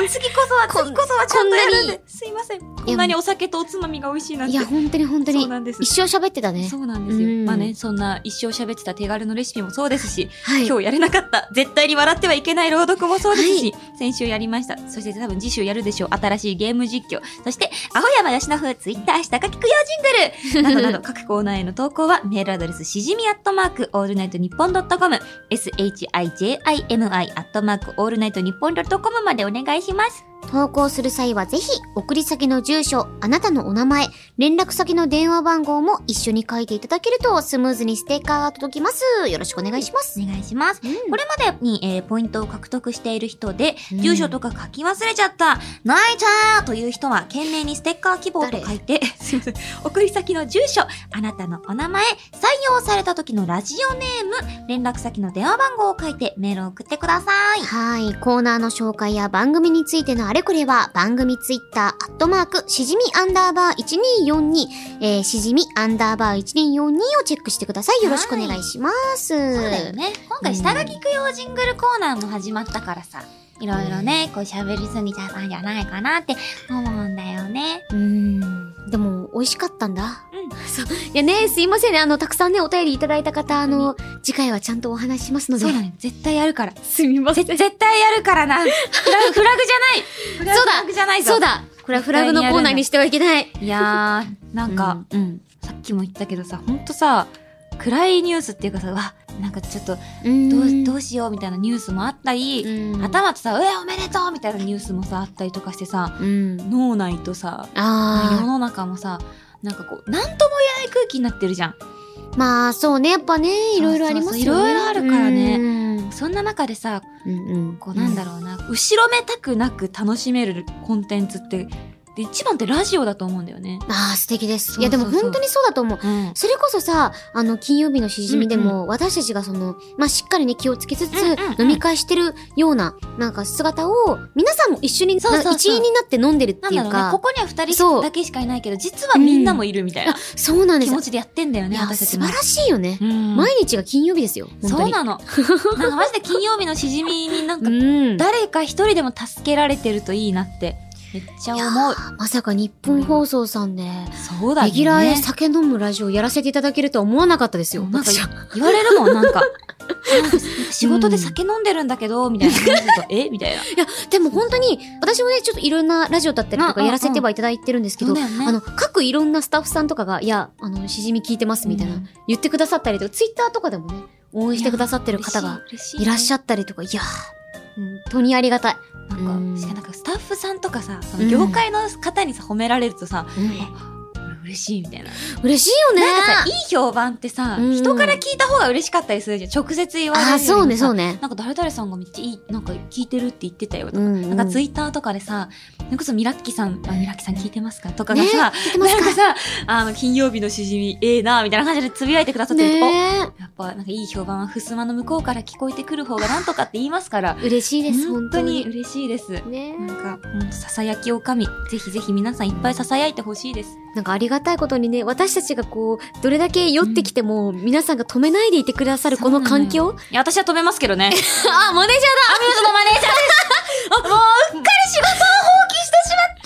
[SPEAKER 2] 次こそは、次こそはちゃんとやるんで。すいません。こんなに
[SPEAKER 1] い
[SPEAKER 2] お酒とおつまみが美味しいなん
[SPEAKER 1] い
[SPEAKER 2] て。
[SPEAKER 1] や、本当に本当
[SPEAKER 2] そう
[SPEAKER 1] に
[SPEAKER 2] なんです。
[SPEAKER 1] 一生喋ってたね。
[SPEAKER 2] そうなんですよ。
[SPEAKER 1] うん
[SPEAKER 2] まあね、そんな一生喋ってた手軽のレシピもそうですし、
[SPEAKER 1] はい。
[SPEAKER 2] 今日やれなかった絶対に笑ってはいけない朗読もそうですし、先週やりましたそして多分次週やるでしょう新しいゲーム実況そして青山佳乃風ツイッター下書き供養 ジングルなどなど各コーナーへの投稿はメールアドレスしじみアットマークオールナイトニッポンドットコム shijimi アットマークオールナイトニッポンドットコムまでお願いします
[SPEAKER 1] 投稿する際はぜひ、送り先の住所、あなたのお名前、連絡先の電話番号も一緒に書いていただけると、スムーズにステッカーが届きます。よろしくお願いします。
[SPEAKER 4] お願いします。これまでに、えーポイントを獲得している人で、
[SPEAKER 1] うん
[SPEAKER 4] 住所とか書き忘れちゃった、泣いちゃーという人は、懸命にステッカー希望と書いて、 すいません、送り先の住所、あなたのお名前、採用された時のラジオネーム、連絡先の電話番号を書いてメールを送ってください。
[SPEAKER 1] はい。コーナーの紹介や番組についてのあれこれは、番組ツイッター、アットマーク、しじみアンダーバー1242、えー、しじみアンダーバー1242をチェックしてください。よろしくお願いします。
[SPEAKER 4] そうだよね。今回、下書き供養ジングルコーナーも始まったからさ、いろいろね、こう喋りすぎちゃったんじゃないかなって思うんだよね。
[SPEAKER 1] うーん。でも、美味しかったんだ。
[SPEAKER 4] うん
[SPEAKER 1] そう。いやね、すいませんね。あの、たくさんね、お便りいただいた方、あの、次回はちゃんとお話ししますので。
[SPEAKER 2] そうだね絶対や るから
[SPEAKER 1] すみません。
[SPEAKER 2] ぜ絶対やるからなフラグフラグ
[SPEAKER 1] そう
[SPEAKER 2] じゃない
[SPEAKER 1] だ
[SPEAKER 2] フラグじゃないぞ
[SPEAKER 1] そうだこれはフラグのコーナーにしてはいけない。
[SPEAKER 2] いやー、なんか、うん、さっきも言ったけどさ、ほんとさ、暗いニュースっていうかさ、わ、なんかちょっと、
[SPEAKER 1] う
[SPEAKER 2] どう、
[SPEAKER 1] ん
[SPEAKER 2] どうしようみたいなニュースもあったり、
[SPEAKER 1] うん
[SPEAKER 2] 頭とさ、うえ、おめでとうみたいなニュースもさ、あったりとかしてさ、
[SPEAKER 1] うん。
[SPEAKER 2] 脳内とさ、世
[SPEAKER 1] あ
[SPEAKER 2] の中もさ、なんかこう、なんとも言えない空気になってるじゃん。
[SPEAKER 1] あ。まあ、そうね。やっぱね、いろいろありますよね。
[SPEAKER 2] そうそうそういろいろあるからね
[SPEAKER 1] ね。
[SPEAKER 2] そんな中でさ、
[SPEAKER 1] うんうん。
[SPEAKER 2] こうなんだ
[SPEAKER 1] ろ
[SPEAKER 2] ろうな、後ろめたくなく楽しめるコンテンツって、で、一番ってラジオだと思うんだよね。
[SPEAKER 1] ああ、素敵です。
[SPEAKER 2] そう
[SPEAKER 1] いや、でも
[SPEAKER 2] そうそう
[SPEAKER 1] 本当にそうだと思う。
[SPEAKER 2] うん。
[SPEAKER 1] それこそさ、あの、金曜日のしじみで
[SPEAKER 2] うん
[SPEAKER 1] も、私たちがその、まあ、しっかりね、気をつけつつ
[SPEAKER 2] うんうんう、ん
[SPEAKER 1] 飲み会してるような、なんか姿を、皆さんも一緒に、
[SPEAKER 2] そうそうそう
[SPEAKER 1] な一員になって飲んでるって
[SPEAKER 2] ないんだ
[SPEAKER 1] う
[SPEAKER 2] ろうね、
[SPEAKER 1] か、
[SPEAKER 2] ここには
[SPEAKER 1] そ
[SPEAKER 2] 二人
[SPEAKER 1] う
[SPEAKER 2] だけしかいないけど、実はみんなもいるみたいな
[SPEAKER 1] あそうなんで
[SPEAKER 2] 気
[SPEAKER 1] すよ
[SPEAKER 2] 持。ちでやってんだよ
[SPEAKER 1] い
[SPEAKER 2] ね、
[SPEAKER 1] や、
[SPEAKER 2] 私た
[SPEAKER 1] 素
[SPEAKER 2] ち
[SPEAKER 1] 晴
[SPEAKER 2] も
[SPEAKER 1] ら。しいよね。
[SPEAKER 2] うん
[SPEAKER 1] 毎日が金曜日ですよ。本当
[SPEAKER 2] そう
[SPEAKER 1] に。
[SPEAKER 2] な の。なんかマジで金曜日のしじみになんか、
[SPEAKER 1] うん。
[SPEAKER 2] 誰か一人でも助けられてるといいなって、めっちゃ思う。
[SPEAKER 1] まさか日本放送さんで、
[SPEAKER 2] そうだよね。
[SPEAKER 1] レギュラーで酒飲むラジオやらせていただけるとは思わなかったですよ。
[SPEAKER 2] なんか
[SPEAKER 1] 私は
[SPEAKER 2] 言われるもん、 なんか。なんか仕事で酒飲んでるんだけど、みたいな話すると、えみたいな。
[SPEAKER 1] いや、でも本当に、私もね、ちょっといろんなラジオだったりと
[SPEAKER 2] うんうんう
[SPEAKER 1] か
[SPEAKER 2] ん
[SPEAKER 1] やらせてはいただいてるんですけ
[SPEAKER 2] そ
[SPEAKER 1] ど、
[SPEAKER 2] うだよね
[SPEAKER 1] あの、各いろんなスタッフさんとかが、いや、あの、しじみ聞いてますみたいな、
[SPEAKER 2] うん
[SPEAKER 1] 言ってくださったりとか、ツイッターとかでもね、応援してくださってる方が
[SPEAKER 2] 嬉し
[SPEAKER 1] いらっしゃ
[SPEAKER 2] ゃ
[SPEAKER 1] ったりとか、いやー、本当にありがたい。
[SPEAKER 2] る。な
[SPEAKER 1] うんん
[SPEAKER 2] か、しかもなんかスタッフさんとかさ、その
[SPEAKER 1] うん
[SPEAKER 2] 業界の方にさ、褒められるとさ、
[SPEAKER 1] うん
[SPEAKER 2] 俺嬉しいみたいな。
[SPEAKER 1] 嬉しいよね
[SPEAKER 2] なんかさ、いい評判ってさ、
[SPEAKER 1] うん
[SPEAKER 2] 人から聞いた方が嬉しかったりするじゃん。直接言われる
[SPEAKER 1] あ
[SPEAKER 2] よ
[SPEAKER 1] ー、
[SPEAKER 2] りもさ
[SPEAKER 1] そうね、そうね。
[SPEAKER 2] なんか誰々さんがめっちゃいい、なんか聞いてるって言ってたよとか、
[SPEAKER 1] うんうん
[SPEAKER 2] なんかツイッターとかでさ、それこそミラッキさん、あミラッキさん聞いてますかとかがさ、
[SPEAKER 1] 聞いてます
[SPEAKER 2] なん
[SPEAKER 1] か
[SPEAKER 2] かさ、あの、金曜日のしじみ、ええなみたいな感じでつぶやいてくださってると、
[SPEAKER 1] ねー
[SPEAKER 2] おやっぱ、なんかいい評判は、襖の向こうから聞こえてくる方がなんとかって言いますから、
[SPEAKER 1] 嬉しいです、
[SPEAKER 2] 本
[SPEAKER 1] 本
[SPEAKER 2] 当
[SPEAKER 1] 当
[SPEAKER 2] に
[SPEAKER 1] に。
[SPEAKER 2] 嬉しいです。
[SPEAKER 1] ね
[SPEAKER 2] なん
[SPEAKER 1] ー
[SPEAKER 2] か、ほんとささやきおかみ、ぜひぜひ皆さんいっぱいささやいてほしいです。
[SPEAKER 1] なんかありがたいことにね、私たちがこう、どれだけ酔ってきても、皆さんが止めないでいてくださるこの環境
[SPEAKER 2] いや、私は止めますけどね。
[SPEAKER 1] あ、マネージャーだ
[SPEAKER 2] アミューズのマネージャ ーです。もう、うっかり仕事を放棄してしまって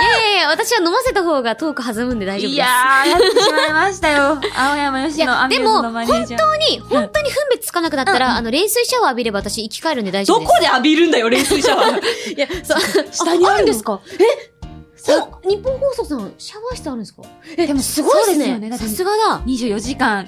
[SPEAKER 1] いやいやいや、私は飲ませた方がトーク弾むんで大丈夫です。
[SPEAKER 2] いやー、やってしまいましたよ。青山よしのアミューズのマネージャー。
[SPEAKER 1] 本当に、本当に分別つかなくなったら、あの、冷水シャワー浴びれば私生き返るんで大丈夫で
[SPEAKER 2] ど
[SPEAKER 1] す。
[SPEAKER 2] こで浴びるんだよ、冷水シャワ ー。
[SPEAKER 1] いや、 そう、
[SPEAKER 2] 下にあるの
[SPEAKER 1] んですかえそう、日本放送さん、シャワー室あるんですかえ、
[SPEAKER 2] でも
[SPEAKER 1] すごいです
[SPEAKER 2] そうですよ
[SPEAKER 1] ね。
[SPEAKER 2] ねだって
[SPEAKER 1] さすがだ。
[SPEAKER 2] 24時間、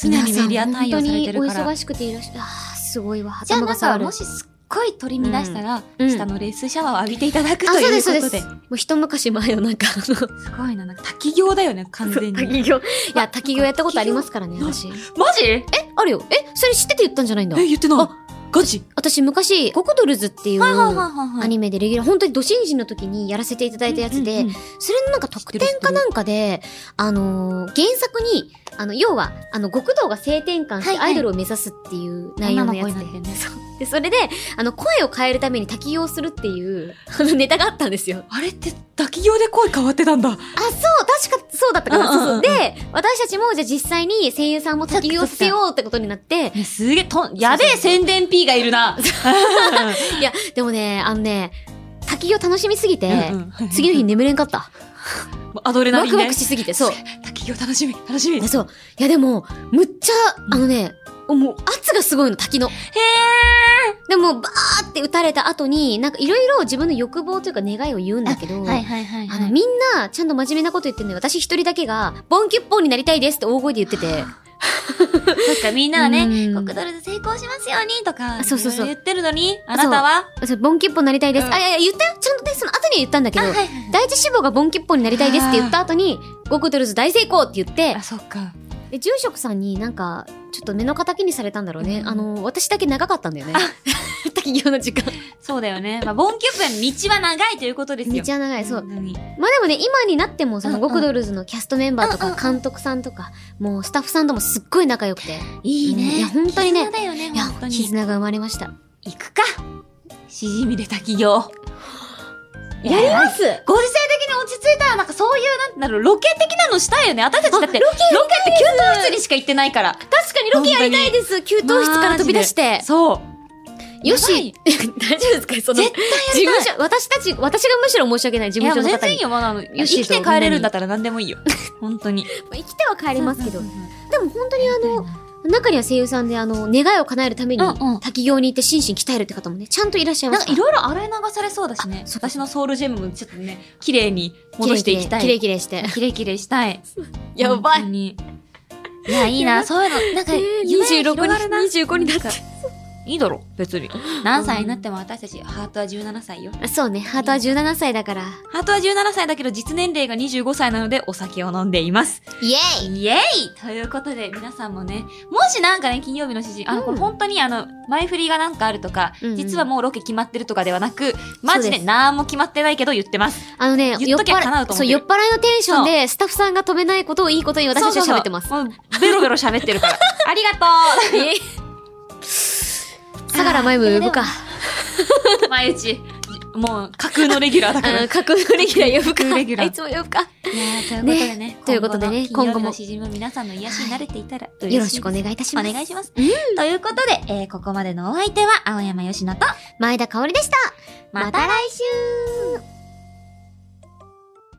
[SPEAKER 2] 常にメディア対応されて
[SPEAKER 1] 皆
[SPEAKER 2] る
[SPEAKER 1] さ
[SPEAKER 2] か
[SPEAKER 1] ん本当にお
[SPEAKER 2] ら。
[SPEAKER 1] 忙しくていらっしゃる。あー、すごいわ。
[SPEAKER 2] じゃあ
[SPEAKER 1] 頭
[SPEAKER 2] な
[SPEAKER 1] が
[SPEAKER 2] ん
[SPEAKER 1] 下が
[SPEAKER 2] か、
[SPEAKER 1] る
[SPEAKER 2] も。しすっごい取り乱したら、
[SPEAKER 1] うん
[SPEAKER 2] 下の冷水シャワーを浴びていただく
[SPEAKER 1] あ、そ
[SPEAKER 2] と
[SPEAKER 1] う
[SPEAKER 2] い
[SPEAKER 1] で
[SPEAKER 2] う
[SPEAKER 1] す、そう
[SPEAKER 2] こ
[SPEAKER 1] で
[SPEAKER 2] とで。
[SPEAKER 1] す。
[SPEAKER 2] す
[SPEAKER 1] もう一昔前のなんか、あの、
[SPEAKER 2] ごいな、なんか滝行だよね、完全に。
[SPEAKER 1] 滝行。いや、滝行やったことありますからね、
[SPEAKER 2] なんか
[SPEAKER 1] 私。
[SPEAKER 2] マジえ、
[SPEAKER 1] あるよ。え、それ知ってて言ったんじゃないんだ。
[SPEAKER 2] 言ってない
[SPEAKER 1] あ
[SPEAKER 2] ガチ
[SPEAKER 1] 私昔、ココドルズっていう、
[SPEAKER 2] はいはいはいはいはい。
[SPEAKER 1] アニメでレギュラー、本当にド新人の時にやらせていただいたやつで、
[SPEAKER 2] うんうんうん
[SPEAKER 1] それのなんか特典かなんかで、あのー原作に、あの、要は、あの、極道が性転換し
[SPEAKER 2] はい
[SPEAKER 1] て
[SPEAKER 2] は
[SPEAKER 1] ア
[SPEAKER 2] い
[SPEAKER 1] イドルを目指すっていう内容のやつで。
[SPEAKER 2] 女の子になってね
[SPEAKER 1] そうで、それで、あの、声を変えるために滝行するっていう、あの、ネタがあったんですよ。
[SPEAKER 2] あれって滝行で声変わってたんだ。
[SPEAKER 1] あ、そう、確かそうだったかな。
[SPEAKER 2] うんうんうん
[SPEAKER 1] そうそうで、私たちも、じゃあ実際に声優さんも滝行させようってことになって、
[SPEAKER 2] ねすげえ、とん、やべえ宣伝 P がいる な。
[SPEAKER 1] いや、でもね、あのね、滝行楽しみすぎて、
[SPEAKER 2] うんうん
[SPEAKER 1] 次の日眠れんかった。
[SPEAKER 2] アドレナ
[SPEAKER 1] ワ
[SPEAKER 2] リ
[SPEAKER 1] ク
[SPEAKER 2] ンね
[SPEAKER 1] ワクしすぎて、そう。
[SPEAKER 2] 滝行楽しみ、楽しみ。
[SPEAKER 1] あそう。いやでも、むっちゃ、
[SPEAKER 2] ん
[SPEAKER 1] あのね、もう圧がすごいの、滝の。へーでも、バーって打たれた後に、なんかいろいろ自分の欲望というか願いを言うんだけど、
[SPEAKER 2] はいはい
[SPEAKER 1] あの、みんな、ちゃんと真面目なこと言ってんのに、私一人だけが、ボンキュッポンになりたいですって大声で言 ってて。
[SPEAKER 2] そっか、みんなはね、
[SPEAKER 1] うん
[SPEAKER 2] 国ドルで成功しますようにとか、
[SPEAKER 1] そうそうそう
[SPEAKER 2] いろいろ言ってるのに、あなたは
[SPEAKER 1] そうボンキュッポンになりたいです。
[SPEAKER 2] うん
[SPEAKER 1] あ、いやいや、言ったよ。ちゃんとね、その後には言ったんだけど、
[SPEAKER 2] い
[SPEAKER 1] 第一志望がボンキュッポンになりたいですって言った後に、ゴクドルズ大成功って言って
[SPEAKER 2] あ、、そっか。
[SPEAKER 1] で住職さんになんかちょっと目の敵にされたんだろうね、
[SPEAKER 2] うん
[SPEAKER 1] あの私だけ長かったんだよね 滝行の時間
[SPEAKER 2] そうだよね。まあ、ボンキュップの道は長いということですよ。
[SPEAKER 1] 道は長いそう
[SPEAKER 2] 本当に
[SPEAKER 1] まあでもね今になってもそ
[SPEAKER 2] うん
[SPEAKER 1] の
[SPEAKER 2] うん
[SPEAKER 1] ゴクドルズのキャストメンバーと
[SPEAKER 2] うんう
[SPEAKER 1] か
[SPEAKER 2] ん
[SPEAKER 1] 監督さんとかもうスタッフさんともすっごい仲良くて
[SPEAKER 2] いいね。
[SPEAKER 1] いや本当にね
[SPEAKER 2] 絆だよね、
[SPEAKER 1] いや
[SPEAKER 2] 本当に。
[SPEAKER 1] 絆が生まれました
[SPEAKER 2] 行くか。しじみで滝行。
[SPEAKER 1] やります
[SPEAKER 2] ご時世的に落ち着いたら、なんかそういう、なんだろう、ロケ的なのしたいよね。私たちだって、ロケって給湯室にしか行ってないから。
[SPEAKER 1] 確かにロケやりたいです給湯室から飛び出して
[SPEAKER 2] そう。
[SPEAKER 1] よし大丈夫ですかその
[SPEAKER 2] 絶
[SPEAKER 1] 事務所私たち私がむしろ申し訳ない事
[SPEAKER 2] いや、
[SPEAKER 1] 務
[SPEAKER 2] も
[SPEAKER 1] 所の
[SPEAKER 2] う全
[SPEAKER 1] 方
[SPEAKER 2] 然いい
[SPEAKER 1] に
[SPEAKER 2] よ、まだあの。生
[SPEAKER 1] よし
[SPEAKER 2] きて帰れるんだったら何でもいいよ。本当に。
[SPEAKER 1] まあ生きては帰
[SPEAKER 2] あ
[SPEAKER 1] りますけどでも本当にあの中には声優さんであの願いを叶えるために
[SPEAKER 2] うんうん
[SPEAKER 1] 滝行に行って心身鍛えるって方もねちゃんといらっしゃいま
[SPEAKER 2] な
[SPEAKER 1] す
[SPEAKER 2] んかいろいろ洗い流されそうだしね
[SPEAKER 1] あ。そう
[SPEAKER 2] 私のソウルジェムもちょっとね、綺麗に戻していきたい。
[SPEAKER 1] キレイキレイして
[SPEAKER 2] キレイキレイしたい。
[SPEAKER 1] やばい
[SPEAKER 2] 本当に。いや、いいな、そういうの。なんか、
[SPEAKER 1] ねえ
[SPEAKER 2] 夢が広がるな
[SPEAKER 1] 26に25になった
[SPEAKER 2] なんかいいだろ、別に。何歳になっても私たち、ハートは17歳よ。
[SPEAKER 1] そうね、ハートは17歳だから。
[SPEAKER 2] ハートは17歳だけど実年齢が25歳なのでお酒を飲んでいます。
[SPEAKER 1] イエイ
[SPEAKER 2] イエイということで皆さんもね、もしなんかね、金曜日の指示、あの、
[SPEAKER 1] うん
[SPEAKER 2] これ本当にあの、前振りがなんかあるとか、
[SPEAKER 1] うんうん
[SPEAKER 2] 実はもうロケ決まってるとかではなく、マジ
[SPEAKER 1] そうで
[SPEAKER 2] です何も決まってないけど言ってます。
[SPEAKER 1] あのね、
[SPEAKER 2] 言っときゃ叶うと思ってる
[SPEAKER 1] そう、酔っ払いのテンションで、スタッフさんが飛べないことをいいことに私たちは喋ってます。
[SPEAKER 2] そうそうそう。もうベロベロ喋ってる から。ありがと
[SPEAKER 1] イエイ相良真由も呼ぶか。
[SPEAKER 2] う前打ち、もう架空のレギュラーだ
[SPEAKER 1] あ
[SPEAKER 2] から。
[SPEAKER 1] の、架空のレギュラー呼ぶか。
[SPEAKER 2] 架空レギュラー
[SPEAKER 1] あいつも呼ぶか。
[SPEAKER 2] ということ
[SPEAKER 1] ね
[SPEAKER 2] でね、
[SPEAKER 1] ということでね
[SPEAKER 2] 今後
[SPEAKER 1] 今後
[SPEAKER 2] の
[SPEAKER 1] も
[SPEAKER 2] 金曜日の詩人も皆さんの癒しに慣れていたら嬉しいです
[SPEAKER 1] よろしくお願いいたし
[SPEAKER 4] お
[SPEAKER 1] ます。
[SPEAKER 4] 願いします。ということで、えーここまでのお相手は青山よしのと、
[SPEAKER 1] 前田香織でした。
[SPEAKER 4] また
[SPEAKER 1] 来週